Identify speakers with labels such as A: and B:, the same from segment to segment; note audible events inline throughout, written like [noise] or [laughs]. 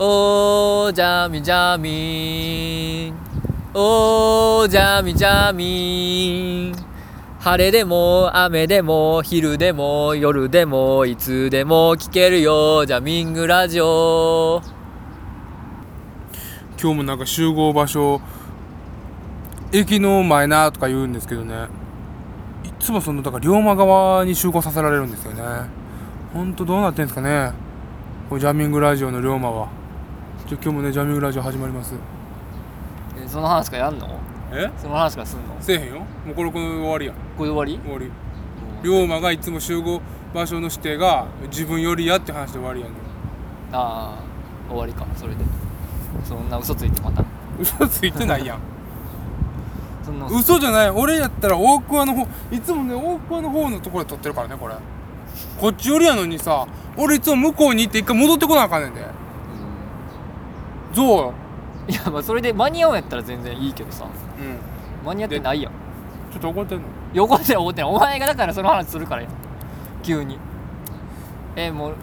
A: おージャミジャミおージャミジャミ晴れでも雨でも昼でも夜でもいつでも聞けるよジャミングラジオ
B: 今日もなんか集合場所駅の前なとか言うんですけどねいつもそのだから龍馬側に集合させられるんですよねほんとどうなってんですかねこれジャミングラジオの龍馬はじゃ今日もねジャミングラジオ始まります
A: その話からやんの
B: え
A: その話からすんの
B: せえへんよもうこれこの終わりや
A: これで終わ
B: 終わり龍馬がいつも集合場所の指定が自分よりやって話で終わりやね
A: りああ終わりかそれでそんな嘘ついてまた
B: 嘘ついてないやん
A: そんな
B: 嘘じゃない俺やったら大桑の方いつもね大桑の方のところで撮ってるからねこれこっち寄りやのにさ俺いつも向こうに行って一回戻ってこなあかんねんでそうよ
A: いやまあそれで間に合うんやったら全然いいけどさ
B: うん
A: 間に合ってないやん
B: ちょっと怒ってんの
A: いや怒ってない怒ってないお前がだからその話するからやん急にえもう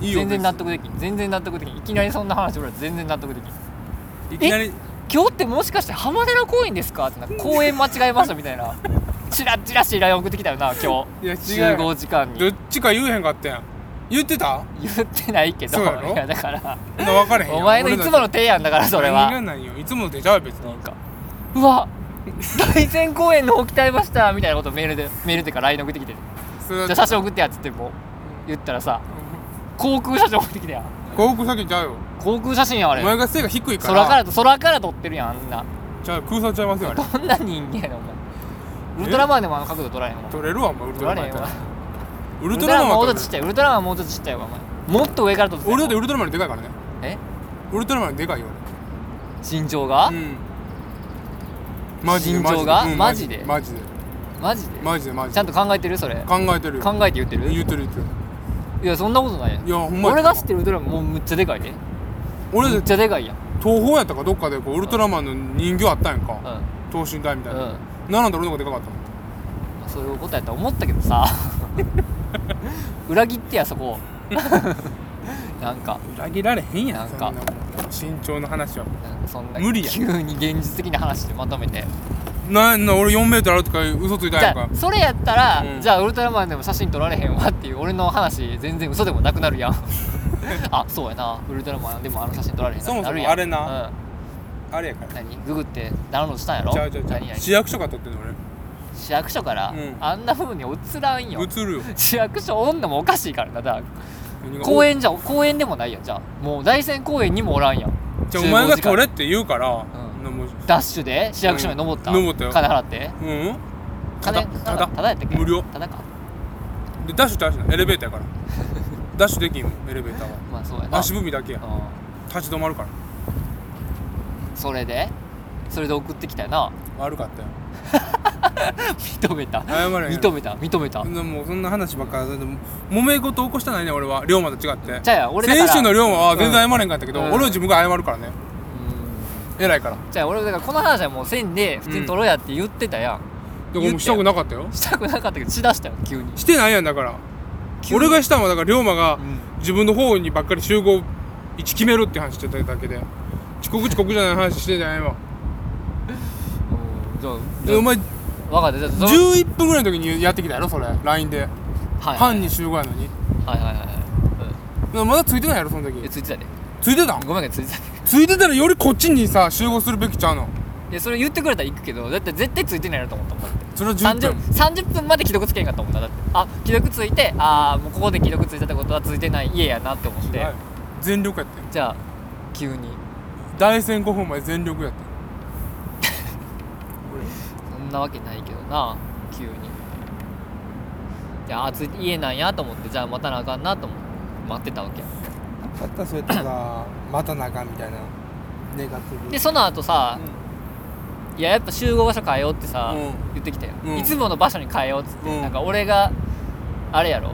A: うん
B: いいよ
A: 全然納得できん全然納得できんいきなりそんな話俺ら全然納得できん
B: 別にいきなり
A: 今日ってもしかして浜寺公園ですかってなんか公園間違えましたみたいな [laughs] チラッチラして依頼送ってきたよな今
B: いや
A: 日
B: 違う
A: 集合時間に
B: どっちか言えへんかったやん言ってた
A: 言ってないけど
B: そうやろ
A: いやだから
B: そんな分かれへんやん
A: お前のいつもの提案だからそれ
B: いら
A: は
B: ないよいつもの出ちゃうよ別に
A: なんかうわ大前公園の方鍛えましたみたいなことメールでメールっていうか LINE 送ってきてじ
B: それ
A: ゃあ写真送ってやっつってもう言ったらさ航空写真送ってきたやん
B: 航空先ちゃうよ
A: 航空写真やんあ
B: お
A: れ
B: 前が背が低いから
A: 空から空から撮ってるやんあんな
B: ちゃう空想ちゃいますよあれ
A: どんな人間やねんお前ウルトラマンでもあの角度撮らへんの
B: 取れるわお前ウルト
A: 撮ら
B: ラ
A: れへ
B: マン
A: ん
B: やったら
A: わ
B: ウ
A: ウ
B: ルトラマンは
A: もうちょ
B: 取
A: っとちっ
B: れ
A: ちゃいウルトラマンもうちょっとちっちゃいわお前もっと上から撮って
B: る
A: た
B: 俺だってウルトラマンよりでかいからね
A: え
B: ウルトラマンよりでかいよ俺
A: 身長が
B: うんマジで
A: 心臓が
B: マ
A: マ
B: ジ
A: ジ
B: で
A: で
B: うんマジで
A: マジで
B: マジでマジで
A: ちゃんと考えてるそれ
B: 考えてるよ
A: 考えて言ってる
B: 言うてる言ってる
A: いやそんなことないやん
B: いやほんまや
A: 俺が知ってるウルトラマンもうむっちゃでかいで
B: 俺
A: むっちゃでかいやん
B: 東宝やったかどっかでこうウルトラマンの人形あったんやん
A: う
B: か
A: ん
B: 等身大みたいな
A: うん
B: なんで俺の方がでかかったの
A: そういうことやったら思ったけどさ
B: [laughs]
A: 裏切ってやそこなんか
B: 裏切られへん
A: やん
B: そんなもん身長の話は
A: なんかそんな
B: 無理やん
A: 急に現実的な話でまとめて
B: なんやんな俺 4m あるとか嘘ついた
A: じ
B: やん
A: ゃ
B: か
A: あそれやったら、
B: うん
A: じゃあウルトラマンでも写真撮られへんわっていう俺の話全然嘘でもなくなる
B: [laughs]
A: やんあそうやなウルトラマンでもあの写真撮られへんなってなるやん
B: そもそもあれな、あれやから
A: うん、何ググってダウンロードしたんやろ
B: ちゃうちゃうちゃ
A: 何
B: う
A: 々
B: 市役所が撮ってんの
A: 市役所から、
B: うん
A: あんな風に映らんよ
B: 俺映るよ
A: 市役所おんのもおかしいからなだから
B: 何が
A: 公園じゃ公園でもないやんじゃあもう大山公園にもおらんやん
B: じゃあお前が撮れ
A: 集合時間
B: って言うから
A: ん
B: なもう
A: ダッシュで市役所に登った、
B: うん登ったよ
A: 金払って
B: うんただ
A: 金
B: た
A: ただ
B: だ
A: ただやったっけ
B: 無料
A: ただか
B: でダッシュちゃうしなエレベーターやからダッシュできんもんエレベーターは
A: まあそうやな
B: 足踏みだけや
A: う
B: 立ち止まるから
A: んそれでそれで送ってきたよな
B: 悪かったよ
A: 認めた
B: 謝れ
A: 認めた認めた
B: そんなもうそんな話ばっかりでも揉め事起こしたないね俺は龍馬と違って
A: じゃあや俺だから
B: 先週の龍馬は全然謝れんかったけど、
A: うん
B: 俺は自分が謝るからね
A: うん
B: 偉いから
A: じゃあ俺だからこの話はもうせんで普通に取ろうやって言ってたやん、
B: だからもうしたくなかったよ
A: したくなかったけどしだしたよ急に
B: してないやんだから
A: 急に
B: 俺がしたのはだから龍馬が
A: うん
B: 自分の方にばっかり集合位置決めるって話してただけで遅刻遅刻じゃない話してんじゃないわ
A: うんじゃあじ
B: で
A: ゃあ
B: お前
A: 分かったじゃあその
B: 11分ぐらいの時にやってきたやろそれ LINE で
A: はいはい
B: 班に集合やのに
A: はいはいはい
B: まだついてないやろその
A: うんえ
B: 時
A: ついてたで
B: ついてたん
A: ごめんけどついてたで
B: ついてたらよりこっちにさ集合するべきちゃうの
A: いやそれ言ってくれたら行くけどだって絶対ついてないなと思ったもんだって
B: それは11
A: 30,
B: 分
A: 30分まで既読つけへんかったもんなだってあ既読ついてああもうここで既読ついたってことはついてない家やなって思って
B: はい全力やったよ
A: じゃあ急に
B: 大戦5分前全力やったよ [laughs]
A: そんなわけないけどな急にじゃあついて家なんやと思ってじゃあ待たなあかんなと思って待ってたわけや
B: またそうやってさまたなあかんみたいなネガティ
A: でその後さ、いややっぱ集合場所変えようってさ、
B: うん
A: 言ってきたよ、
B: うん
A: いつもの場所に変えようっつって、
B: うん
A: なんか俺があれやろ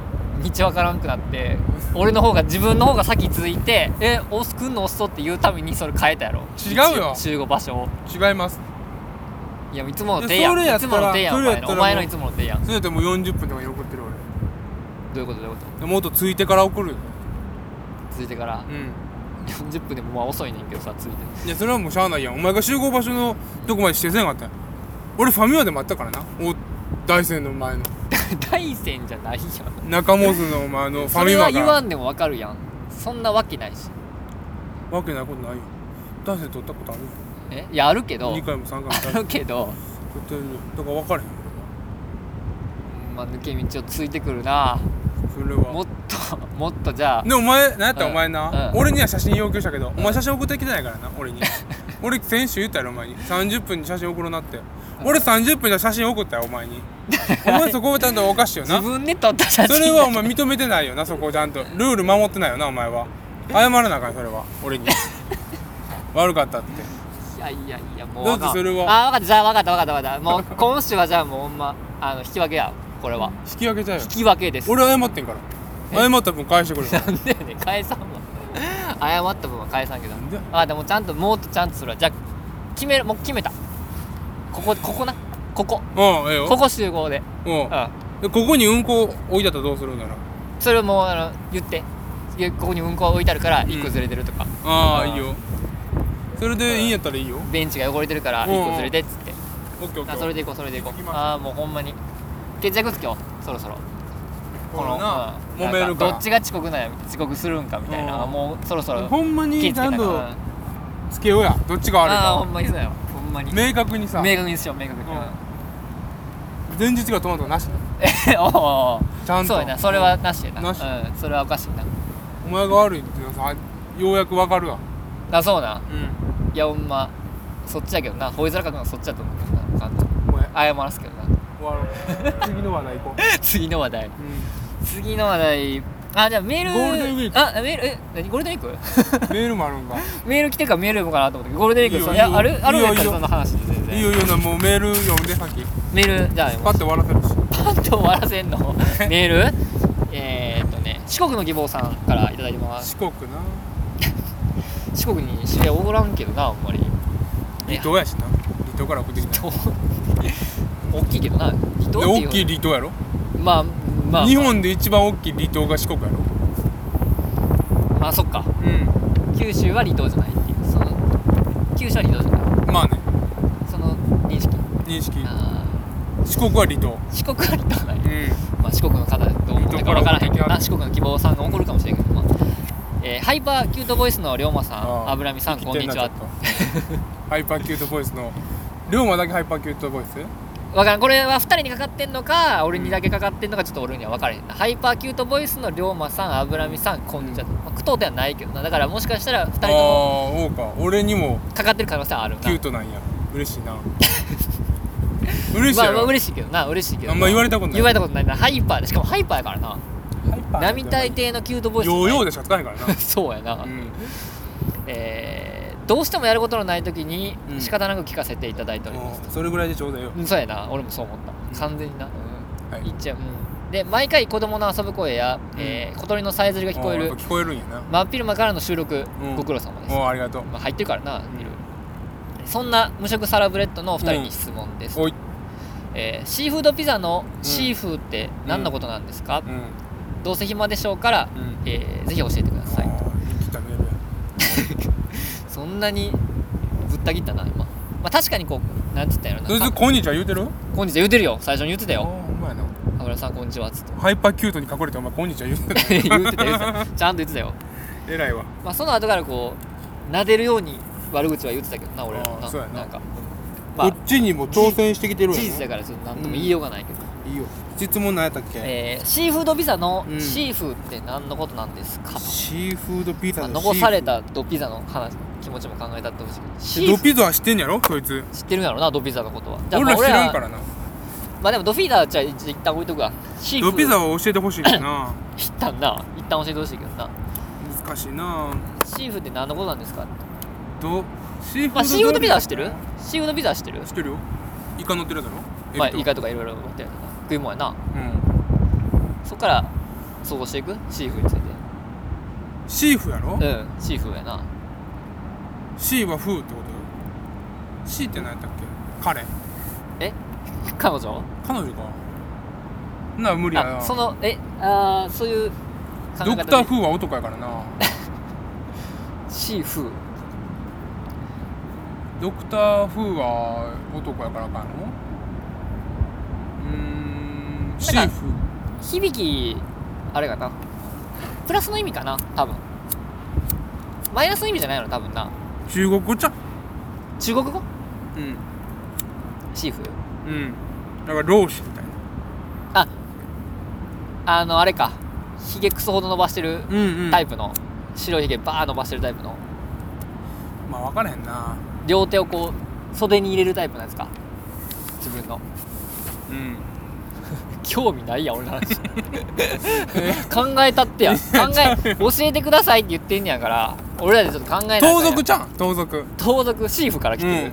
A: 道わからんくなって俺の方が自分の方が先続いて「え押すくんの押すと」って言うためにそれ変えたやろ
B: 違うよ
A: 一集合場所を
B: 違います
A: いやいつもの提案
B: いやそれや
A: い
B: った
A: つ
B: ら
A: もの提案お
B: それや
A: 前
B: った
A: の
B: ら
A: お前のいつもの提案ど
B: それやってもう40分とかに送ってる
A: ういうことどういうこ
B: 俺もっとついてから送るよ
A: 着いてから
B: うん
A: 40分でもまあ遅いねんけどさ着いて
B: いやそれはもうしゃあないやんお前が集合場所のとこまで指定せんかったんや俺ファミマで待ったからなお大山の前の
A: [laughs] 大山じゃないやん
B: 中本のお前のファ
A: そ
B: ミ
A: れ
B: マ
A: は
B: か
A: 言わ
B: ら
A: んでもわかるやんそんなわけないし
B: わけないことないよ大山取ったことあるよ
A: えいやあるけど
B: 2回も3回も大
A: あ [laughs]
B: 山
A: るけど
B: 取ってるよだから分からへん
A: まあ抜け道をついてくるな
B: それは
A: もっと [laughs] もっとじゃあ
B: でお前何やった
A: うん
B: お前な、
A: うん
B: 俺には写真要求したけど、お前写真送ってきてないからな俺
A: [laughs]
B: に俺先週言ったやろお前に30分に写真送ろうなって、俺30分じゃ写真送ったよ
A: [laughs]
B: お前にお前そこはちゃんとおかしいよ
A: 自
B: な
A: 分で撮った写真
B: それはお前認めてないよなそこをちゃんとルール守ってないよなお前は謝らなあかんそれは
A: [laughs]
B: 俺に悪かったって
A: いやいやいやもう
B: だってそれは
A: あ分かったじゃあ分かった分かった分かったもう今週はじゃあもうほんまあの引き分けやこれは
B: 引き分けちゃうよ
A: 引き分けです
B: 俺謝ってんから謝った分返してくれよ
A: [laughs] なんでやねん返さんわ謝った分は返さんけど
B: なんで
A: あでもちゃんともっとちゃんとするわじゃあ決めるもう決めたここここなここ
B: うんええよ
A: ここ集合で
B: うん
A: うん
B: でここにうんこ置いてあったらどうするんだろう
A: それもうあの言っていやここにうんこが置いてあるから
B: ん
A: 1個ずれてるとか、
B: ああ
A: うん
B: いいよそれでいいんやったらいいよ
A: ベンチが汚れてるから1個ずれてっつって、
B: オッケーオッケ
A: あ
B: ー
A: それでいこうそれでいこ
B: 行き
A: う
B: ましょう
A: ああもうほんまに決着つけようそろそろ
B: このな
A: うん
B: 揉める
A: な
B: か
A: んどっちが遅刻なんやみたいな遅刻するんかみたいな、
B: うん
A: もうそろそ
B: ら
A: ろ
B: ほんま
A: 気ぃ
B: に
A: つ
B: ち
A: けた
B: ゃ
A: い
B: ん
A: な
B: と
A: あ
B: つけようやどっちが悪い
A: あーほ
B: か
A: んまにそうやわほんまに明
B: 明確にさ
A: 確にしよう明確に、 [laughs]
B: うん前日がトマトなし
A: えおうおうおう
B: ちゃんと
A: そうやなそれはなしやな
B: なし
A: うん、それはおかしいな
B: お前が悪いっていうのさようやくわかるわ
A: あそうな
B: うん
A: いやほんまそっちやけどなほいづらかくのそっちやと思うけどな感じ
B: お前
A: 謝らすけどな [laughs]
B: 終わろう次の話題行こう
A: 次の話題
B: う
A: 次の話題あじゃあメール
B: ゴールデンウィーク
A: あメールえ何ゴールデンウィーク
B: んメールもあるんか
A: メール来てるからメール読むかなと思ってゴールデンウィーク
B: いいよ
A: いや
B: いいよ
A: あるあるんやった
B: いい
A: ら
B: よ
A: その話で全
B: いい
A: 然
B: よいいよなもうメール読んでさっき
A: メールじゃあ
B: パ
A: 読
B: ッて終わらせるし
A: パッと終わらせん
B: [laughs]
A: のメールえー、っとね四国の希望さんからいただいてます
B: 四国な
A: 四国に知り合いおごらんけどなあんまり
B: 離島やしな離島から送ってきた
A: どう大きいけどな離島
B: で
A: っていう
B: 大きい離島やろ
A: まあまあ
B: 日本で一番大きい離島が四国やろ
A: まあそっか
B: うん
A: 九州は離島じゃないっていうその九州は離島じゃない
B: まあね
A: その認識
B: 認識
A: あ
B: 四国は離島
A: ー四国は離島ない
B: うん
A: まあ、四国の方どう思ったか分からへんけどな四国の希望さんが怒るかもしれんけどな、えーハイパーキュートボイスの龍馬さ
B: あ
A: ん
B: あ
A: 油見さんこんにちは
B: ちょっとハイパーキュートボイスの龍馬だけハイパーキュートボイス
A: 分からんこれは2人にかかってんのか俺にだけかかってんのかちょっと俺には分からへんなハイパーキュートボイスの龍馬さん油見さんこんにちは、まあ、苦闘ではないけどなだからもしかしたら2人
B: あ
A: と
B: あ
A: も
B: ーそうか俺にも
A: かかってる可能性はあるな
B: キュートなんや嬉しい
A: [laughs]
B: な嬉しい
A: まあ、
B: や
A: まあ
B: ろ、
A: 嬉しいけどな嬉しいけど
B: あんま言われたことない
A: 言われたことないなハイパーでしかもハイパーやからな
B: ハイパー
A: 並大抵のキュートボイス
B: ヨーヨー
A: で
B: でしか使えへんからな
A: [laughs] そうやな、
B: うん
A: えーどうしてもやることのない時に
B: うん
A: 仕方なく聞かせていただいております、
B: もうそれぐらいでちょうだいよ
A: うんそうやな俺もそう思った完全にな、
B: は
A: うん、いっちゃう、うん、で毎回子供の遊ぶ声や、えー小鳥のさえずりが聞こえ
B: あー
A: る
B: やっぱ聞こえるんやな
A: 真っ昼間からの収録、
B: うん
A: ご苦労様です、
B: おーありがとう
A: まあ、入ってるからな、い
B: ん
A: ろいろそんな無色サラブレッドのお二人に質問です、
B: おい
A: えーシーフードピザのシーフーって何のことなんですか、
B: うん
A: どうせ暇でしょうから、
B: うん
A: えーぜひ教えてください
B: あー生きたメールや
A: そんなにぶった切ったな今、まあ、確かにこうなんつったんやろ
B: それ
A: な
B: で
A: さ
B: こんにちは言うてる
A: こんにちは言うてるよ最初に言ってた
B: あー
A: よ
B: ほんまやな
A: 油さんこんにちはっつって [laughs]
B: ハイパーキュートに隠れてお前こんにちは言う
A: 言っ
B: て
A: てた言って
B: る [laughs]
A: たちゃんと言ってたよ
B: えらいわ
A: まあその後からこう撫でるように悪口は言ってたけどな俺らも
B: あ
A: な
B: ーそうやなん
A: かま
B: こ
A: あ
B: っちにも挑戦してきてる
A: 事
B: やん
A: 実だからちょっと何とも言いようがないけど、
B: いいよ質問何やったっけ
A: えーシーフードピザの
B: うん
A: シーフーって何のことなんですかと、
B: シーフードピザ
A: まあ
B: の
A: 残され
B: シーフー
A: たドピザの話気持ちも考えたってほしいけどシ
B: ド
A: ー
B: ド
A: フー
B: ピザは知ってんやろそいつ
A: 知ってるんやろなドピザのことはじゃあ
B: 俺
A: まあ
B: ら知らん
A: は
B: からな
A: まあでもドフィーダーじゃあ一旦置いとくわシーフー
B: ドピザを教えてほしいな
A: 一旦な一旦教えてほしいけどな
B: 難しいな
A: シーフーって何のことなんですか
B: どシーフード
A: まあシーフードピザは知って
B: 知
A: るシーフードピザは知ってる
B: ってるよイカ乗ってるやつやろ
A: まあ
B: エビと
A: イカとかいろいろ持ってるやつな食い物やな
B: うん
A: そっから想像していくシーフーについて
B: シーフやろ
A: うんシーフーやな
B: シーはフーってことよシーって何やったっけ彼
A: 彼女
B: 彼女かなんなら無理や
A: あ
B: な
A: そのえあーそういう考え方
B: ド
A: で [laughs]
B: クターフーは男やからな
A: シーフー
B: ドクター・フーは男やからあかんのうーんシーフ
A: 響きあれかなプラスの意味かな多分マイナスの意味じゃないの多分な
B: 中国語ちゃ
A: 中国語
B: うん
A: シーフー
B: うんだから老子みたいな
A: ああのあれかひげくそほど伸ばしてる
B: うん
A: タイプの、白いひげバー伸ばしてるタイプの
B: まあ分からへんな
A: 両手をこう袖に入れるタイプなんですか自分の [laughs]
B: うん
A: 興味ないや俺の
B: [laughs]
A: 話考えたってや考え教えてくださいって言ってんねやから俺らでちょっと考えないと
B: 盗賊ちゃん盗賊
A: 盗賊シーフから来てる、
B: うん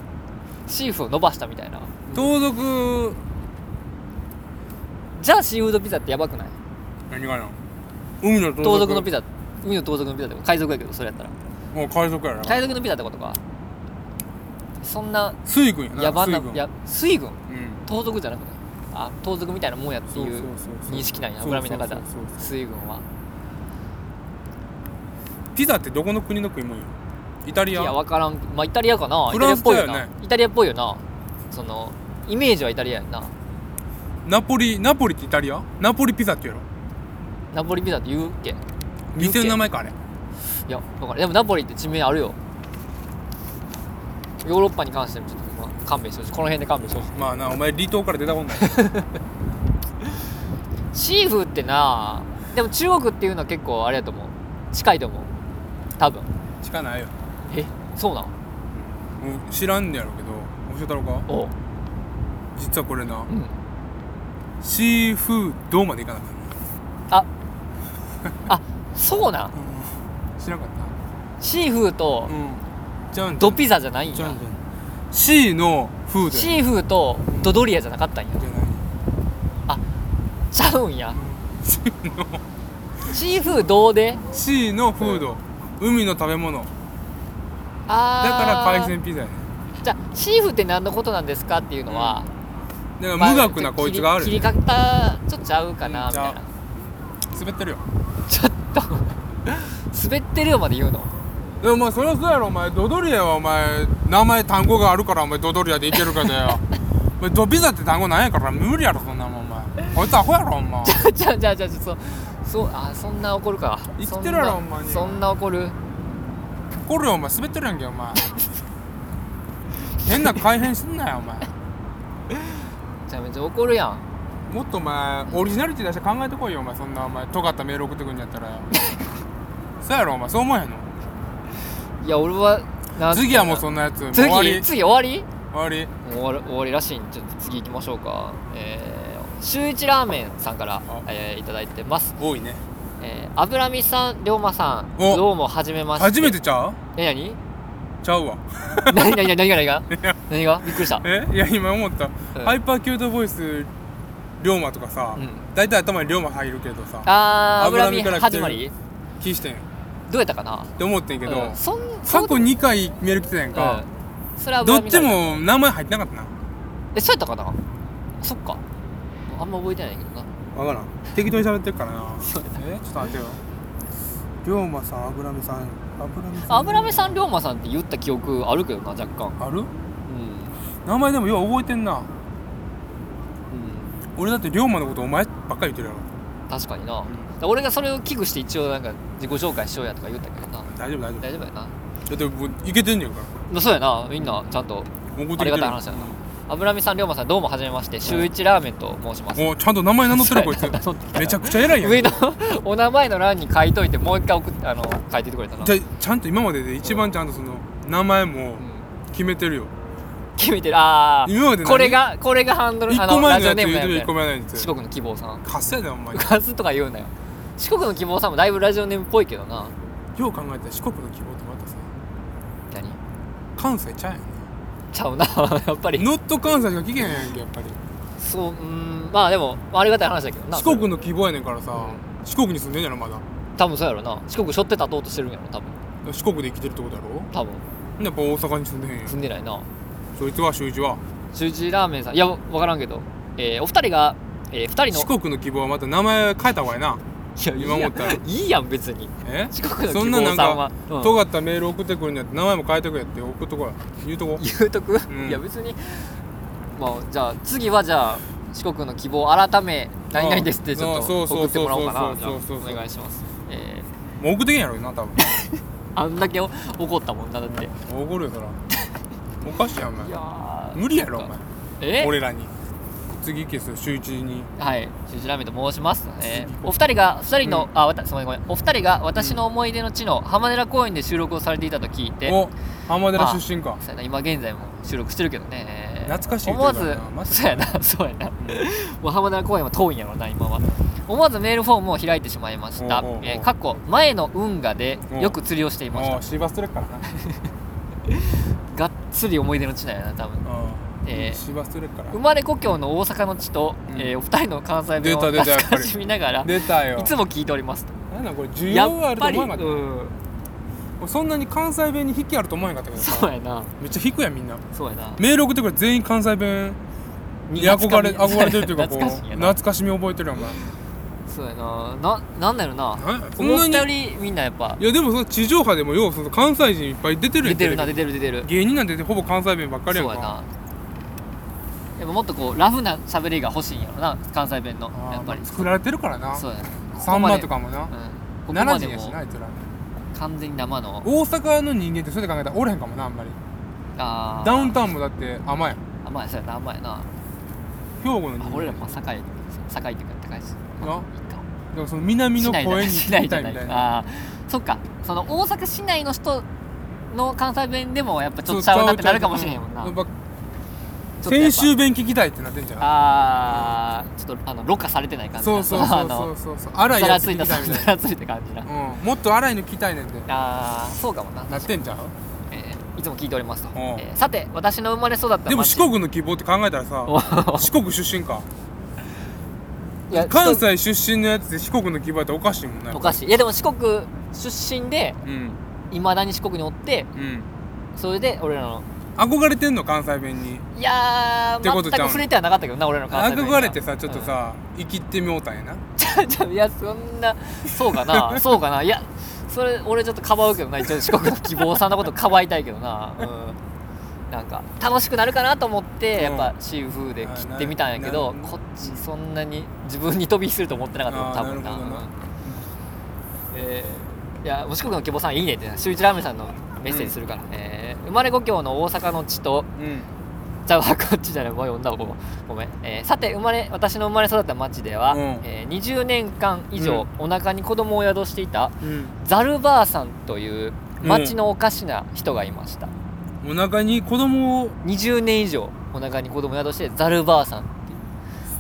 A: シーフを伸ばしたみたいな
B: 盗賊
A: じゃあシーフードピザってやばくない
B: 何がな海の盗賊
A: 盗賊のピザ海の盗賊のピザってこと海賊やけどそれやったら
B: もう海賊やな
A: 海賊のピザってことかそんな
B: 水軍やな
A: 野蛮
B: 水軍
A: なや水軍
B: うん
A: 盗賊じゃなくないあ盗賊みたいなもんやって
B: そう
A: い
B: そう
A: う
B: そうそう
A: 認識なんや
B: そう
A: 村見の中では
B: そうそうそう
A: 水軍は
B: ピザってどこの国の食い物やイタ
A: い
B: リア
A: や分からんまあイタリアかなイタ
B: フ
A: リ
B: ラ
A: ア
B: ン
A: っ
B: ス
A: ぽい
B: だ
A: よ
B: よね
A: なイタリアっぽいよなそのイメージはイタリアやんな
B: ナポリナポリってイタリアナポリピザって言うやろ
A: ナポリピザって言うっけい
B: 店の名前かあれ
A: や分からんでもナポリって地名あるよヨーロッパに関してもちょっとまあ勘弁してほしいこの辺で勘弁してほしい
B: まあなお前離島から出たことない
A: シーフーってなでも中国っていうのは結構あれやと思う近いと思う多分
B: しかないよ
A: えそうなの
B: もう知らんねやろうけど教えたろか
A: おう
B: 実はこれな
A: うん
B: シーフードまでいかなかっ
A: ああそうなん
B: た、うん、知らんかっ
A: シーフー
B: た
A: と
B: うんじゃん
A: ドピザじゃないん
B: じゃ
A: や
B: んじゃん C のフードや
A: シーフーとドドリアじゃなかったんや
B: じゃない
A: ちゃうんや
B: C の
A: シーフーどうで
B: C のフード、海の食べ物だ
A: あー
B: から海鮮ピザやね
A: じゃあシーフーって何のことなんですかっていうのは、
B: だか
A: ま
B: ら
A: あ
B: 無学なこいつがある
A: 切り切り方ちょっとちゃうかな
B: うん
A: みたいな
B: 滑ってるよ
A: ちょっと滑ってるよまで言うの
B: でもお前それはそうやろお前ドドリアはお前名前単語があるからお前ドドリアでいけるかだよ [laughs] お前ドピザって単語なんやから無理やろそんなもんお前こいつアホやろお前
A: じゃあじゃあじゃあちょっとそうあそんな怒るか
B: 生きてるやろ
A: そ
B: ほんまに
A: そんな怒る
B: 怒るよお前滑ってるやんけお前変な改変すんなよお前
A: めちゃめちゃ怒るやん
B: もっとお前オリジナリティ出して考えてこいよお前そんなお前尖ったメール送ってくんやったらよそうやろお前そう思えへんの
A: いや俺はなん
B: 次はもうそんなやつもう終わり
A: 次次終わり
B: 終わり
A: もう終わる終わりらしいんでちょっと次行きましょうかえー、週一ラーメンさんから
B: あ、
A: えーいただいてます
B: 多いね
A: えー、油見さん龍馬さん
B: お
A: どうもはじめまして
B: 初めてちゃう
A: え何
B: ちゃうわ
A: 何何何何が何が何がびっくりした
B: えいや今思った、 [laughs]
A: うん
B: ハイパーキュートボイス龍馬とかさ、
A: うん
B: 大体頭に龍馬入るけどさ
A: あー油
B: 油
A: 見
B: 見から来て
A: 始
B: る
A: まり
B: 聞いしてんっ
A: どうやったかな
B: て思ってんけど、
A: うん、そん
B: 過去
A: に
B: 2回メール来てたやんか、
A: それは
B: ど
A: 油
B: っ
A: 見
B: ち
A: から
B: も名前入ってなかったな
A: えそうやったかなそっかあんま覚えてないけどな [laughs]
B: 分からん適当に喋ってるからなえちょっと待てよ龍馬さん油目さん油目
A: 油見さん龍馬さんって言った記憶あるけどな若干
B: ある
A: うん、
B: 名前でもよう覚えてんな
A: う
B: 俺だって龍馬のことお前ばっかり言ってるやろ
A: ん、確かにな、俺がそれを危惧して一応なんか自己紹介しようやとか言ったけどな
B: 大丈夫大丈夫だ
A: 大丈夫やな
B: ってもういけてんねんから
A: まあそうやなみんなちゃんと
B: 怒ってき
A: あ
B: て
A: り
B: る
A: がたい話だな油見さん龍馬さんどうもはじめまして週一ラーメンと申します
B: おちゃんと名前名乗ってるこいつ
A: [laughs] そうやな名乗ってた
B: めちゃくちゃ偉いやん
A: 上の [laughs] お名前の欄に書いといてもう一回送ってあの書いててくれたな
B: じゃあちゃんと今までで一番ちゃんとその名前も
A: うん
B: 決めてるよ
A: 決めてるああ
B: 今まで何
A: これがこれがハンドル
B: 1
A: あ
B: 個
A: の
B: 前
A: ラ
B: の
A: ジオ
B: やつ
A: ネーム
B: 言っ
A: だ
B: てる
A: よ
B: 1個
A: ね
B: 前のやつ
A: 四国の希望さん
B: カスやでお
A: [laughs]
B: 前よ
A: ガスとか言うなよ四国の希望さんもだいぶラジオネームっぽいけどな
B: う考えたら四国の希望ってまたさ
A: 何
B: 関西ちゃうやんね
A: ちゃうな [laughs] やっぱり
B: ノット関西しか聞けへんやんけやっぱり
A: そううーんまあでもありがたい話だけどな
B: 四国の希望やねんからさ四国に住んでんやろまだ
A: 多分そうやろな四国しょって立とうとしてるんやろ多分
B: 四国で生きてるってことやろ
A: 多分
B: やっぱ大阪に住んでへんやん
A: 住んでないな
B: そいつは周一は
A: 十一ラーメンさんいやわからんけど、えーお二人が、えー、二人の
B: 四国の希望はまた名前変えた方がいいな
A: やいい
B: 今思
A: や
B: ったら
A: いいやん別に
B: え
A: 四国の
B: そ
A: 希
B: んなな
A: 望
B: ん
A: さんは
B: か、
A: うん
B: 尖ったメール送ってくるんやって名前も変えてくれって送っとこう言うとこ
A: 言うとく、
B: ん
A: いや別にまあじゃあ次はじゃあ四国の希望改め何々ですってちょっ
B: そ
A: と
B: うそう
A: 送ってもらおうかなじゃあ
B: そうそうそうそうそう
A: お願いしますえー
B: もう送ってけんやろな多分
A: あんだけ怒ったもんなだってい
B: 怒るよそらおかしいやんお前
A: や
B: 無理やろお
A: え
B: 前俺らに次キス週一に
A: はい、シュージラーメンと申します、え
B: 次行こ
A: ー
B: う
A: お二人が二人の、
B: うん
A: あわたすみませんごめんお二人が私の思い出の地の浜寺公園で収録をされていたと聞いて、
B: お浜
A: まあ
B: 寺出身か、
A: そうやな今現在も収録してるけどね
B: 懐かしい
A: 思わ
B: という
A: ず
B: かなマジで
A: そうやなそうやなもう浜寺公園は遠いんやろな今は思わずメールフォームを開いてしまいました
B: おうおうおう
A: えーかっこ前の運河でよく釣りをしていまし
B: も
A: た
B: うシーバストレッカーな
A: [laughs] がっつり思い出の地だよな多分えー
B: シーバストレッカー
A: 生まれ故郷の大阪の地と、
B: うん
A: えーお二人の関西弁を
B: 出た出た
A: 懐
B: やっぱり
A: かしみながら
B: な出たよ
A: いつも聞いておりますと
B: なんだこれ需
A: や
B: 要あ
A: っ
B: ると
A: ぱり、
B: 思
A: う
B: わなかっ
A: ん、
B: たそんなに関西弁に引きあると思わなかったけど
A: そう
B: さ
A: やな
B: めっちゃ引くやんみんな
A: そうやな
B: メール送ってくれ全員関西弁に
A: 懐か
B: 憧
A: み
B: れ憧れてるというかこう
A: 懐かしいや
B: 懐
A: な
B: かしみ覚えてるよお前
A: そうやなななんだろうな
B: なそん
A: 思
B: な
A: っ
B: に
A: たよりみんなやっぱ
B: いやでもその地上波でもようその関西人いっぱい出てるや
A: 出て
B: ん
A: るな
B: テ
A: 出てる出てる
B: レビ芸人なんてほぼ関西弁ばっかりやん
A: そう
B: か
A: やなやっぱもっとこうラフな喋りが欲しいんやろな関西弁の
B: あー
A: やっぱり
B: 作られてるからな
A: そうや
B: サンマとかも
A: う
B: なん
A: ここ
B: 奈
A: ま
B: 良
A: で
B: 人やし
A: も
B: なあいつら
A: 完全に生の
B: 大阪の人間ってそれで考えたらおらへんかもなあんまり
A: あー
B: ダウンタウンもだって甘やん
A: 甘いそうやな甘いな
B: 兵庫の人
A: あ
B: 間
A: 俺らも堺堺っていうか高いしまあいいか
B: でもその南の
A: 市内じゃな
B: 声
A: い
B: に
A: 市
B: 聞
A: 内
B: き
A: じ
B: た
A: ゃ
B: いみ
A: な
B: た
A: い
B: いな
A: ああーそっかその大阪市内の人の関西弁でもやっぱちょっとち
B: そ
A: ゃ
B: う
A: うなってなるかもしれへんもんな
B: やっ
A: ち
B: ぱ
A: ょっとやっ
B: 先
A: ぱ
B: 週弁聞きたいってなってんじゃん
A: ああちょっとあのろ過されてない感じ
B: そうそうそう
A: [laughs] あ
B: そ
A: の
B: うそうそう荒い
A: ざ
B: や
A: ら
B: つ
A: つい
B: 聞
A: た [laughs]
B: きたいみ
A: ざ
B: たい
A: らついた感じな
B: な、うん、もっと荒いの聞きたいねんって
A: ああそうかもな
B: なって
A: [laughs]
B: んじゃん
A: えーいつも聞いておりますと、
B: ん
A: えーさて私の生まれ育った町
B: でも四国の希望って考えたらさ
A: お
B: 四国出身か
A: [laughs] いや
B: 関
A: ちょっ
B: 西出身のやつで四国の希望っておかしいもんね
A: とおかしいいやでも四国出身で
B: うん
A: いまだに四国におって
B: うん
A: それで俺らの
B: 憧れてんの関西弁に
A: いや
B: ってこ
A: ー
B: と
A: 全
B: ち
A: く
B: ゃうの
A: 触れてはなかったけどな俺らの関西弁には
B: 憧れてさちょっとさ、生きてみようたんやな
A: うんちょいやそんなそうか
B: [laughs]
A: なそうかないやそれ俺ちょっとかばうけどな一応四国の希望さんのことかばいたいけどなうんなんか楽しくなるかなと思ってやっぱシーフーで切ってみたんやけ
B: あ
A: ど
B: なな
A: こっちそんなに自分に飛び火すると思ってなかったもん多分な
B: あなるほどな
A: えーいやもう四国の希望さんいいねって週一ラーメンさんのメッセージするから、えー生まれ故郷の大阪の地と
B: うん
A: じゃあこっちじゃないごめん女の子ごめん、えーさて生まれ私の生まれ育った町では、
B: うん
A: えー20年間以上、お腹に子供を宿していた
B: うん
A: ザルばあさんという町のおかしな人がいました、
B: お腹に子供を
A: 20年以上お腹に子供を宿してザルばあさんっ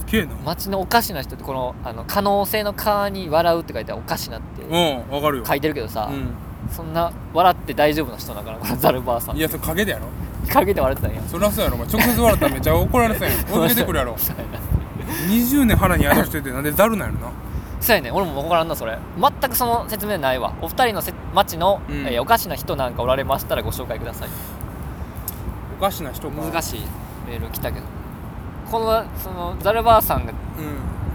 A: ていう
B: すげえな
A: 町のおかしな人ってこのあの可能性の「か」に「笑う」って書いてあるおかしなって
B: うんわかるよ
A: 書いてるけどさ、
B: う
A: そんな笑って大丈夫な人だからこのザルばあさん
B: んいやそれ陰でやろ
A: 陰で笑ってたんや
B: そりゃそうやろお前直接笑ったらめっちゃ怒られそうやん追いかけてくるやろ
A: [laughs] そうやな
B: 20年腹に宿しててなんでザルなんやろな
A: そうやね俺も分からんなそれ全くその説明ないわお二人のせ町の、
B: うん
A: えーおかしな人なんかおられましたらご紹介ください
B: おかしな人か
A: 難しいメール来たけどこのそのザルバーさんが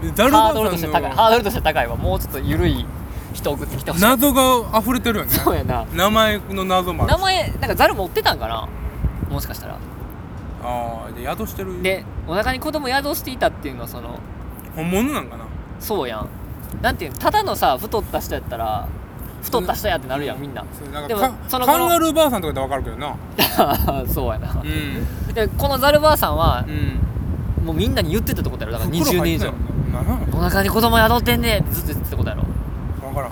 B: うんでザル
A: ハ
B: バ
A: ードルと
B: ー
A: して
B: さん
A: 高い
B: の
A: ハードルとして高いわもうちょっと緩い人送ってきてほしい
B: 謎が溢れてるよね
A: そうやな
B: 名前の謎もある
A: 名前なんかザル持ってたんかなもしかしたら
B: ああで宿してる
A: でお腹に子供宿していたっていうのはその
B: 本物なんかな
A: そうやんなんていうのただのさ太った人やったら太った人やってなるやんみんな [laughs]
B: そうなん
A: で
B: か
A: も
B: か
A: その
B: カンガルーばあさんとかでわかるけどな
A: そうやな
B: うん
A: でこのザルばあさんは
B: うん
A: もうみんなに言ってたってことやろだから20
B: 袋
A: 年
B: 入
A: 以
B: ってた
A: 上
B: よななんな
A: お腹に子供宿ってんねってずっと言ってたことやろ
B: のわからん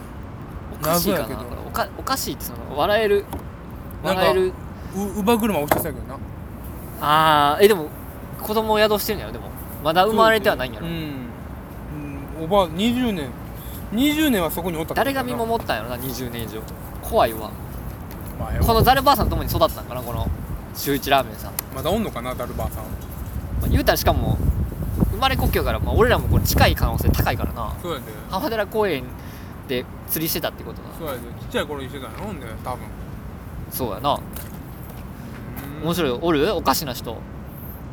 A: おかしいかな
B: 謎やけど
A: これおかおかしいってその笑える
B: なんか
A: 笑える
B: う乳母車押してたけどな
A: あーえでも子供を宿してるんやろでもまだ生まれてはないんやろ、
B: うん、うん、おばあ20年20年はそこにおったけど
A: 誰
B: な
A: が身も持ったんやろな20年以上怖いわ
B: まあ
A: このザルばあさんと共に育ったんかなこの週一ラーメンさん、
B: まだおんのかなダルバーさん
A: まあ言うたらしかも生まれ故郷から、まあ、俺らもこれ近い可能性高いからな
B: そうやで
A: 浜寺公園で釣りしてたってことな
B: そうやでちっちゃい頃にしてたのんで多分
A: そうやな
B: うん
A: 面白いおるおかしな人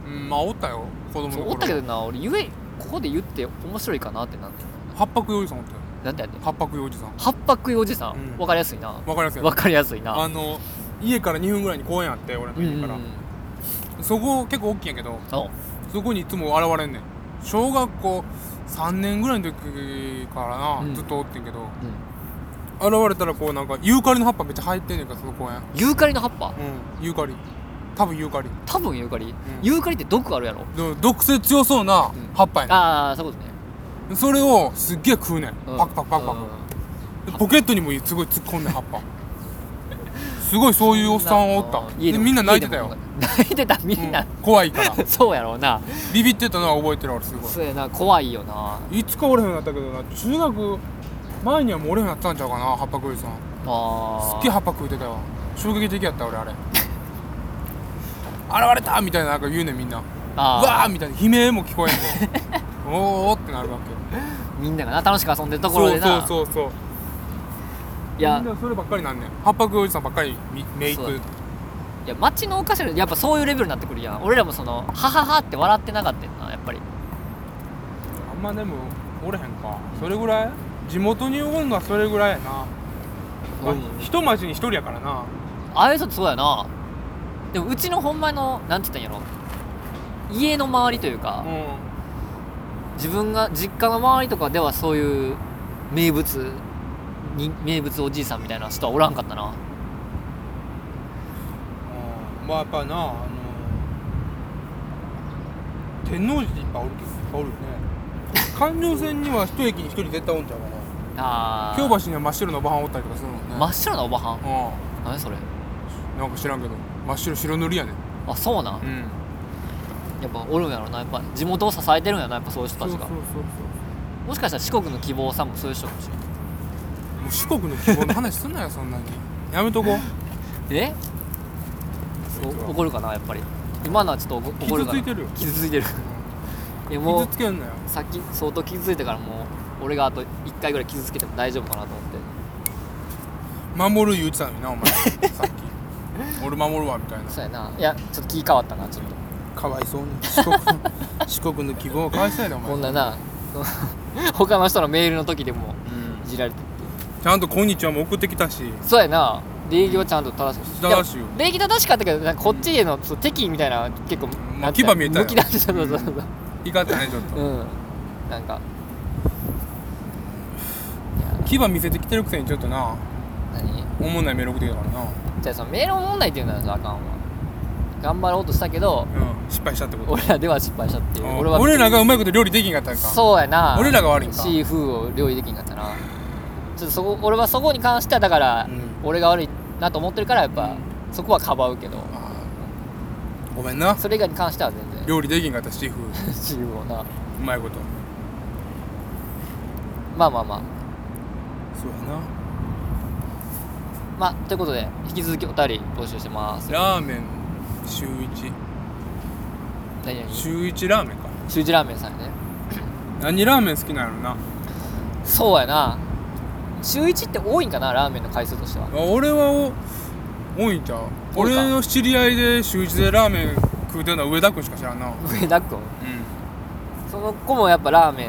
B: うんまあおったよ子供の
A: そう
B: 頃
A: おったけどな俺ゆえここで言って面白いかなってなんねん
B: 八白洋二さんおったよ
A: なんてやねん
B: 八白いおじさん
A: 八白いおじさん、
B: うん
A: わかりやすいな
B: わかりますよ
A: わかりやすいな
B: あの家から2分ぐらいに公園あって俺の
A: うんうん
B: 家
A: う
B: から、
A: ん
B: そこ結構大きいんやけど
A: お
B: そこにいつも現れんねん小学校3年ぐらいの時からな、
A: うん
B: ずっとおってんけど
A: うん
B: 現れたらこうなんかユーカリの葉っぱめっちゃ入ってんねんからその公園
A: ユーカリの葉っぱ
B: うんユーカリ多分ユーカリ
A: 多分ユーカリ、
B: ん
A: ユーカリって毒あるやろ
B: でも毒性強そうな
A: うん
B: 葉っぱやね
A: ああそういうことね、
B: んそれをすっげえ食うねん
A: うん
B: パクパクパクパク
A: う
B: でポケットにもすごい突っ込んで葉っぱ [laughs] すごいそういうおっさんおったでみんな泣いてたよ、
A: 泣いてたみ
B: うん
A: んな、
B: 怖いから
A: そうやろうな
B: ビビってたのは覚えてる俺すごい
A: そうやな怖いよない
B: つかおれへんようになったけどな中学前にはもうおれへんようになったんちゃうかな葉っぱ食いさんす
A: あ
B: っげ
A: ー
B: え葉っぱ食うてたよ衝撃的やった
A: [laughs]
B: 俺あれ現れたみたいななんか言うねんみんなう
A: あー
B: わーみたいな悲鳴も聞こえ
A: [laughs]
B: んねんおーおーってなるわけ
A: みんながな楽しく遊んでるところでな
B: そうそうそうそう
A: いや
B: みんなそればっかりなんねん葉っぱ食うおじさんばっかりみメイク
A: そういや街のお菓子のやっぱそういうレベルになってくるやん俺らもそのハハハって笑ってなかったよなやっぱり
B: あんまでもおれへんかそれぐらい地元におるのはそれぐらいやな、まあ
A: うん
B: 一町に一人やからな
A: ああいう人ってそうやなでもうちのほんまのなんて言ったんやろ家の周りというか、
B: う、
A: 自分が実家の周りとかではそういう名物に名物おじいさんみたいな人はおらんかったなん
B: まあやっぱなあの天王寺っていっぱいおるけどいっぱいおるよね環状線には一駅に一人絶対おんちゃうか
A: あ
B: な
A: [laughs] あ
B: 京橋には真っ白のおばはんおったりとかするもんね
A: 真っ白なおばはん
B: う
A: 何それ
B: んなんか知らんけど真っ白白塗りやねん
A: あそうなん、
B: うん
A: やっぱおるんやろなやっぱ地元を支えてるんやなやっぱそういう人たちがもしかしたら四国の希望さんもそういう人かもしれない
B: もう四国の希望の話すんなよそんなに [laughs] やめとこう
A: え
B: こいつは
A: お怒るかなやっぱり今のはちょっと怒怒る
B: 傷つ
A: かない
B: てるよ
A: 傷ついて [laughs] るいやも
B: 傷
A: う
B: つけんなよ
A: さっき相当傷ついたからもう俺があと1回ぐらい傷つけても大丈夫かなと思って
B: 守る言うてたのになお前さっき [laughs] 俺守るわみたいな
A: そうやないやちょっと気変わったなちょっと
B: かわいそうに四国四国の希望をかわいそうやでお前
A: こんな [laughs] な他の人のメールの時でも
B: うん
A: いじられて
B: ちゃんと「こんにちは」も送ってきたし
A: そうやな礼儀はちゃんと正しく
B: 正しいよ
A: でも礼儀正しかったけどなんかこっちへのその敵意みたいなの結構
B: ん
A: なんていう
B: 牙
A: の
B: 見えたよ
A: むき出しそうそうそうそう
B: いかったねちょっと
A: うんなんかいや
B: 牙見せてきてるくせにちょっとな
A: 何
B: おもんないメール送ってきたからな、
A: じゃあそのメール問題っていうのはさあかんわ頑張ろうとしたけど
B: うん、失敗したってこと
A: 俺らでは失敗したっていう
B: うん
A: 俺は
B: 俺らがうまいこと料理できんかったんか
A: そうやな
B: 俺らが悪いんか
A: シーフーを料理できんかったなちょっとそこ俺はそこに関してはだから、
B: うん
A: 俺が悪いなと思ってるからやっぱ、
B: う
A: そこはかばうけど
B: あーごめんな
A: それ以外に関しては全然
B: 料理できんかったシーフ
A: [laughs]
B: ー
A: シーフーをな
B: うまいこと
A: まあまあま
B: そうや
A: あまあということで引き続きお便り募集してます
B: なラーメン週一
A: 何々
B: 週一ラーメンか
A: 週一ラーメンさんやね
B: 何ラーメン好きなんやろな
A: そうやな週一って多いんかなラーメンの回数としては
B: あ俺はお多いんちゃう
A: 多い
B: 俺
A: か
B: の知り合いで週一でラーメン食うてるのは上田君しか知らんなうん
A: 上田君その子もやっぱラーメン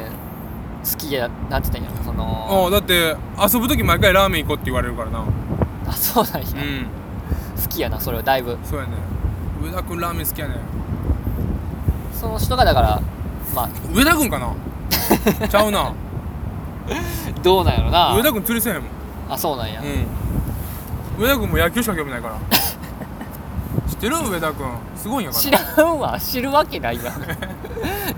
A: 好きやなってたんやろその
B: ああだって遊ぶ時毎回ラーメン行こうって言われるからなう
A: あそうなんや、
B: ん
A: 好きやなそれはだいぶ
B: そうやね上田君ラーメン好きやね
A: その人がだからまあ
B: 上田君か [laughs] なちゃうな
A: どうなんやろな
B: 上田君釣りせえへんもん
A: あそうなんや、
B: うん上田君も野球しか興味ないから
A: [laughs]
B: 知ってる上田君すごいんやか
A: 知
B: ら
A: らんわ知るわけない
B: [laughs]
A: わ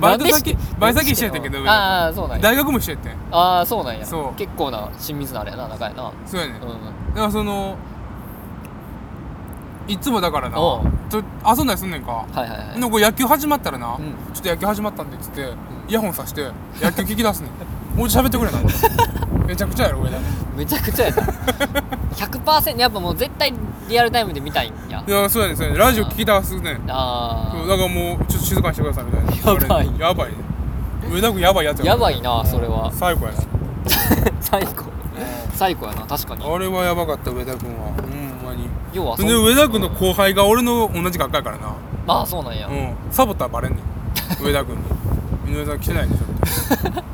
B: バイト
A: なんで
B: 先
A: 知って
B: バイト先一緒やったけど上田
A: ああそうなんや
B: 君大学も一緒やってん
A: ああそうなんや
B: そう
A: 結構な親密なあれやな仲やな
B: そうやねん
A: う
B: だか
A: ん
B: らそのいつもだからな
A: おう
B: ちょ遊んだりすんねんか
A: はいはいはい
B: でこう野球始まったらな、
A: うん
B: ちょっと野球始まったんでっつって、イヤホンさして野球聞き出すねんもうちょっと喋ってくれな
A: [laughs]
B: めちゃくちゃやろ上田君
A: めちゃくちゃやな
B: [laughs]
A: 100%やっぱもう絶対リアルタイムで見たいんや
B: いやそうやねんそうやねんラジオ聞き出すねんそう
A: あ
B: だからもうちょっと静かにしてくださいみたいな
A: やばい
B: やばいね上田君やばいやつ
A: あやばいなそれは
B: 最高やな
A: 最高最高やな確かに
B: あれはやばかった上田君はほんまに
A: 要はそ
B: で上田君の後輩が俺の同じ学科やからな
A: まあそうなんや、
B: うんサボったらバレんね
A: [laughs]
B: ん上田君に井上さん来てないでしょみたい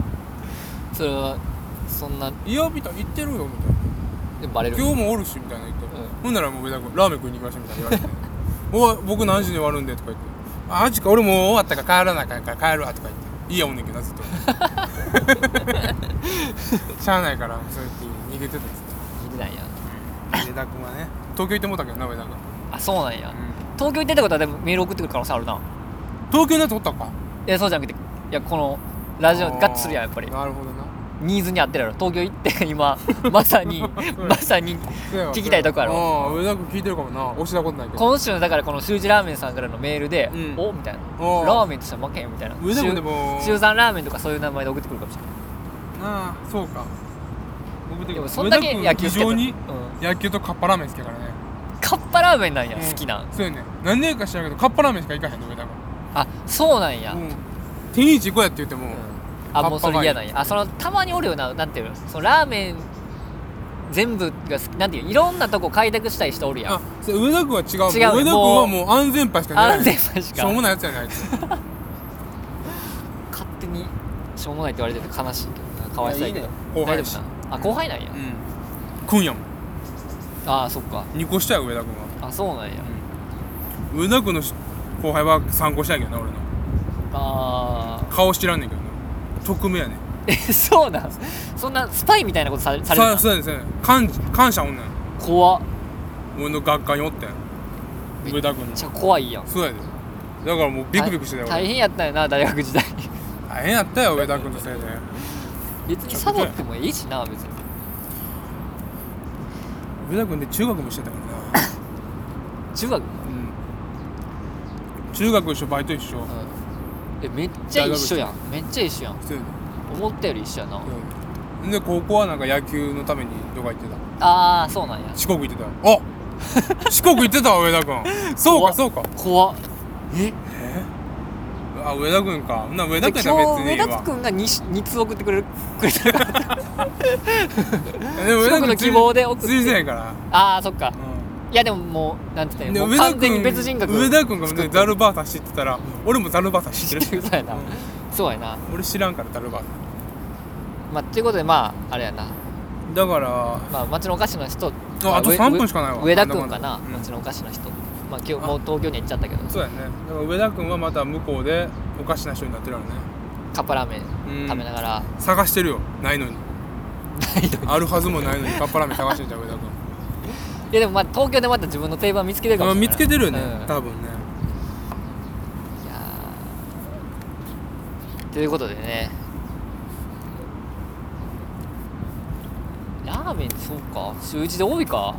A: それはそんな
B: 「いや」みたいな「行ってるよ」みたいな
A: でバレ
B: 「
A: る
B: 今日もおるし」みたいな言って、
A: う
B: ほんならもう上田君「ラーメン食いに行きましょう」みたいな言われて「おい
A: [laughs]
B: 僕何時に終わるんで」とか言って「あマジか俺もう終わったから帰らなあかんから帰るわ」とか言って「いいやおんねんけどなずっと」
A: [laughs]
B: しゃあないからそうやって逃げてたんですよ
A: 見てないや
B: 上田君はね東京行ってもうたけどな上田君、
A: あそうなんや東京行ってってことはでもメール送ってくる可能性あるな
B: 東京になっておったんか
A: いやそうじゃなくていやこのラジオ
B: あー
A: ガッツするやんやっぱり
B: なるほどな
A: ニーズに合ってるやろ東京行って今まさ
B: [laughs]
A: にまさに [laughs] 聞きたいとこやろ
B: ろ上田君聞いてるかもな押したことないけど
A: 今週のだからこのシュージラーメンさんからのメールで「
B: うん
A: おみたいな「
B: おー
A: ラーメンとしては負けへん」みたいな
B: 上田君でも
A: 週3ラーメンとかそういう名前で送ってくるかもしれない
B: ああそうか
A: でもそんだけ野球
B: 非
A: 好きやった
B: 常
A: ら
B: に
A: うん
B: 野球とカッパラーメン好きやからね
A: カッパラーメンなんや
B: うん
A: 好きなん
B: そうやね何年か知らんけどカッパラーメンしか行かへんの上田
A: あそうなんや
B: 君うん天一行こうやって言っても
A: あ
B: カッパ
A: もうそれ嫌なんや
B: ファイ
A: あそのたまにおるよななんていうのそのラーメン全部が好きなんていういろんなとこ開拓したい人おるや
B: あ
A: ん
B: それ上田君は違う
A: 違う
B: 上田君はもう安全牌しかない
A: 安全牌しか
B: しょうもないやつやねあいつ
A: 勝手にしょうもないって言われてて悲しいけどなかわいそうやけど
B: いやいいね後輩
A: 大
B: やし
A: 丈夫なあ後輩なんや、
B: うん君やもん
A: ああそっか
B: 2個下や上田君は
A: あそうなんや
B: 上田君のし後輩は参考したんやけどな俺の
A: ああ
B: 顔知らんねんけどな匿名やねん
A: [laughs] えそうなんそんなスパイみたいなことされされる
B: さそうやねんそうやねん感感謝おんねん
A: の怖っ
B: 俺の学科におってん
A: め
B: 上田君
A: め
B: の
A: っちゃ怖いやん
B: そうやでだからもうビクビクしてたよ
A: 大
B: 俺
A: 変やったよな大学時
B: [laughs]
A: 代
B: 大変やったよ上田君のせいで
A: 別にサボってもいいしな別に
B: 上田君で中学もしてたからな
A: 中学も、
B: うん中学一緒バイト一
A: う
B: 緒
A: ん、えめっちゃ一緒やんめっちゃ一緒やん
B: そうやで
A: 思ったより一緒やな
B: うんで高校はなんか野球のためにどこか行ってた
A: ああそうなんや
B: 四国行ってたよあ [laughs] 四国行ってたわ上
A: [laughs]
B: 田君そう
A: 怖
B: か
A: っ
B: そうか
A: 怖っえ
B: あ上田君かほんなら上田
A: で
B: 君
A: 今
B: やったら別
A: 日
B: にい
A: 上
B: い
A: 田
B: わ
A: 君が 2, 二通送ってくれるくれたから
B: でも上田
A: 四国の
B: 君
A: 希望で送って
B: ついてないから
A: ああそっか
B: うん
A: いやでももうなんて言った
B: で
A: らいいもう
B: 上田
A: 完全
B: 君
A: に別人格
B: 上田君が、
A: 作っ
B: ね、
A: て
B: ザルバーサ知ってたら俺もザルバーサ知ってる
A: そうやなそうやな
B: 俺知らんからザルバー
A: まあということでまああれやな
B: サだから
A: まあ町のお菓子の人あ
B: あと3分しかないわ
A: 上田君か
B: まだ
A: な
B: まだうん
A: 町のお菓子の人まあ今日もう東京には行っちゃったけど
B: そうやねだから上田君はまた向こうでおかしな人になってるよね
A: カッパラーメン
B: うん
A: 食べながら [laughs]
B: 探してるよないのに
A: ないのに
B: あるはずもないのにカッパラーメン探してんじゃん上田君
A: いやでもまあ東京でまた自分の定番見つけてるかも
B: あ
A: しれない
B: 見つけてるよね、
A: うん
B: 多分ね
A: いやーということでねラーメンそうか週一で多いか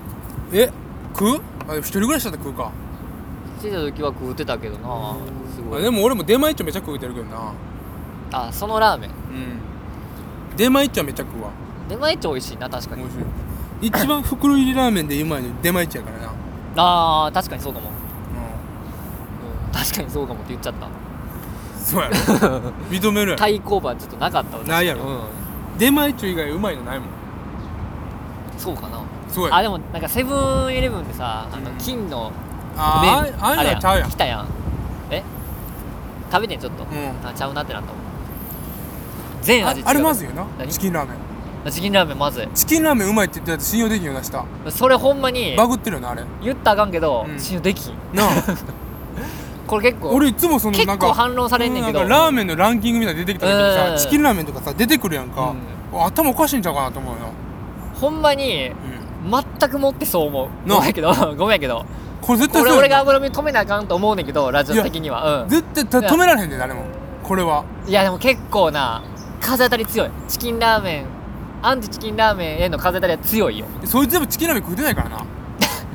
B: え食うあでも一人暮らしだったら食うか
A: 来てた時は食ってたけどなすご
B: あ
A: い
B: でも俺も出前一丁めちゃ食うてるけどな
A: あそのラーメン
B: うん出前一丁めちゃ食うわ
A: 出前一丁美味しいな確か
B: 美
A: に
B: 味しい一番袋入りラーメンでうまいの出前一丁やからな
A: あー確かにそうかも、
B: う
A: うん、確かにそうかもって言っちゃった
B: んそうやろ認めるやろ
A: 対抗馬ちょっとなかったわ
B: ないやろ
A: 確か
B: 出前中以外うまいのないもん
A: にうんそうかな
B: そうや
A: あ
B: ろ
A: でもなんかセブンイレブンでさあの
B: うん
A: 金の
B: あ
A: 麺
B: ーあああいうのちゃうやん
A: 来たやんえ食べてんちょっと、
B: ん
A: あちゃうなってなったもん全
B: あ
A: 味違う
B: あれまずいよな
A: 何
B: チキンラーメン
A: チキンラーメンまずい
B: チキンラーメンうまいって言ったやつ信用できんよなした
A: それほんまに
B: バグってるよなあれな
A: 言ったらあかんけど、
B: うん
A: 信用できん [laughs]
B: あ
A: これ結構
B: 俺いつもその
A: 結
B: なん
A: 構
B: か
A: 反論されんねんけど
B: なんかラーメンのランキングみたいなの出てきた時に
A: う
B: さ
A: ん
B: チキンラーメンとかさ出てくるやんか頭おかしいんちゃうかなと思うよ
A: ほんまに全くもってそう思う
B: な
A: ごめんやけど [laughs] ごめんやけど
B: これ絶対
A: 俺
B: そう
A: 俺が
B: やん
A: 脂身止めなあかんと思うねんけどラジオ的にはうん
B: 絶対た止められへんで誰もこれはい
A: やでも結構な風当たり強いチキンラーメンアンチチキンラーメンへの風当たりは強いよ
B: そいつでもチキンラーメン食うてないか
A: [laughs]
B: らな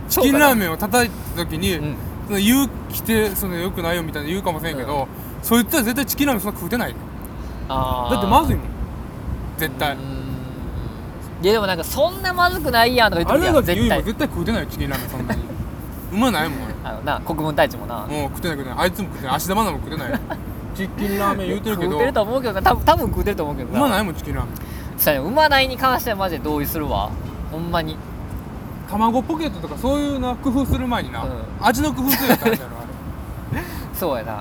B: チキンラー
A: ン
B: メンを叩いた時に、
A: うん
B: その言う来てそのよくないよみたいな言うかもしれんけど、そいつは絶対チキンラーメンそんな食うてない
A: あー
B: だってまずいもん絶対
A: うーんいやでもなんかそんなまずくないやんとか言
B: あ
A: って
B: れ
A: る
B: だ
A: や
B: っ
A: ん
B: て
A: 絶対
B: 言うよ絶対食うてないよチキンラーメンそんなにうまないもんあれ
A: あのな国分太一もな
B: もう食ってない食ってないあいつも食ってない足玉なんも食ってないよ
A: [laughs]
B: チキンラーメン言うてるけ
A: 食
B: ど
A: うてると思うけどな多分多分食うてると思うけど
B: うま
A: な
B: ないもんチキンラーメン
A: そうやねうまないに関してはマジで同意するわほんまに
B: 卵ポケットとかそういうな工夫する前にな、
A: うん
B: 味の工夫するやつあるやろ
A: [laughs]
B: あれ
A: そうやな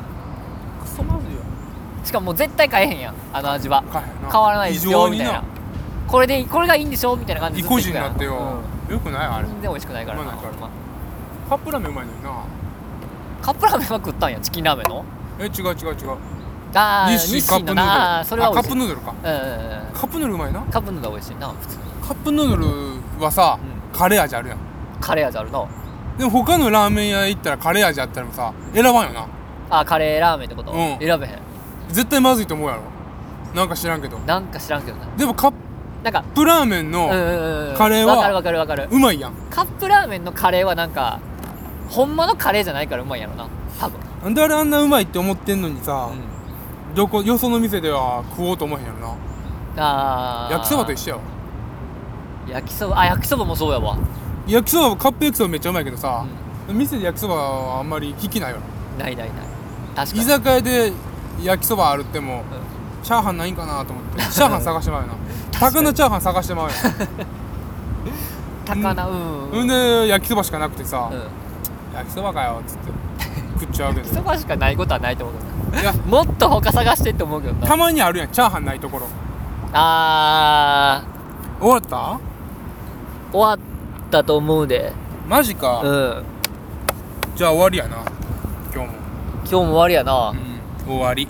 B: クソまずいよ
A: しかももう絶対変えへんやんあの味は
B: 変えへんな
A: 変わらないですよ
B: 異常に
A: みたいなこれでこれがいいんでしょみたいな感じ
B: 意
A: で
B: 固地になってよ、
A: う
B: よくないあれ
A: ん全然美味しくないからな
B: まあなんか
A: ま
B: カップラーメンうまいのにな
A: あカップラーメンは食ったんやチキンラーメンの
B: え違う違う違う
A: ああ
B: 日
A: 日
B: 清カッ
A: 清の
B: プヌードル
A: なあーそれは
B: あカ
A: 美味しい
B: ップ
A: うん
B: ヌードルか
A: うんうんうん
B: カップヌードルうまいな
A: カップヌードルは美味しいな普通に
B: カップヌードルはさ、
A: う
B: カレー味あるやん
A: カレー味あるな
B: でも他のラーメン屋行ったらカレー味あったらもさ選ばんよな
A: あーカレーラーメンってこと、
B: うん
A: 選べへん
B: 絶対まずいと思うやろなんか知らんけど
A: なんか知らんけどな
B: でもカッ
A: なんか
B: プラーメン
A: うんう
B: の
A: んうん
B: カレーは
A: わかるわかるわかる
B: うまいやん、
A: カップラーメンのカレーはなんかほんまのカレーじゃないからうまいんやろな多分、
B: なんであれあんなうまいって思ってんのにさ、
A: うん
B: どこよその店では食おうと思えへんやろな
A: あー
B: 焼きそばと一緒やわ
A: 焼きそばあ焼きそばもそうやわ、
B: 焼きそばはカップ焼きそばめっちゃうまいけど
A: う
B: さ、店で焼きそばはあんまり引きないわ
A: ん、ないないない確か
B: 居
A: に
B: 酒屋で焼きそばあるっても、
A: う
B: チャーハンないんかなと思ってチャーハン探してまうよな
A: [laughs] 確か
B: 高
A: に
B: 菜チャーハン探してまうよ
A: 高菜うん
B: ほんで焼きそばしかなくてさ、
A: うん
B: 焼きそばかよっつって食っちゃうけ
A: 焼きそ
B: ど
A: ばしかないことはないと思うけど
B: いや
A: なもっと他探してって思うけどな
B: たまにあるやんチャーハンないところ
A: あ
B: 終わった
A: ー終わったと思うで
B: マジか、
A: うん
B: じゃあ終わりやな今日も、
A: 今日も終わりやな、
B: 終わり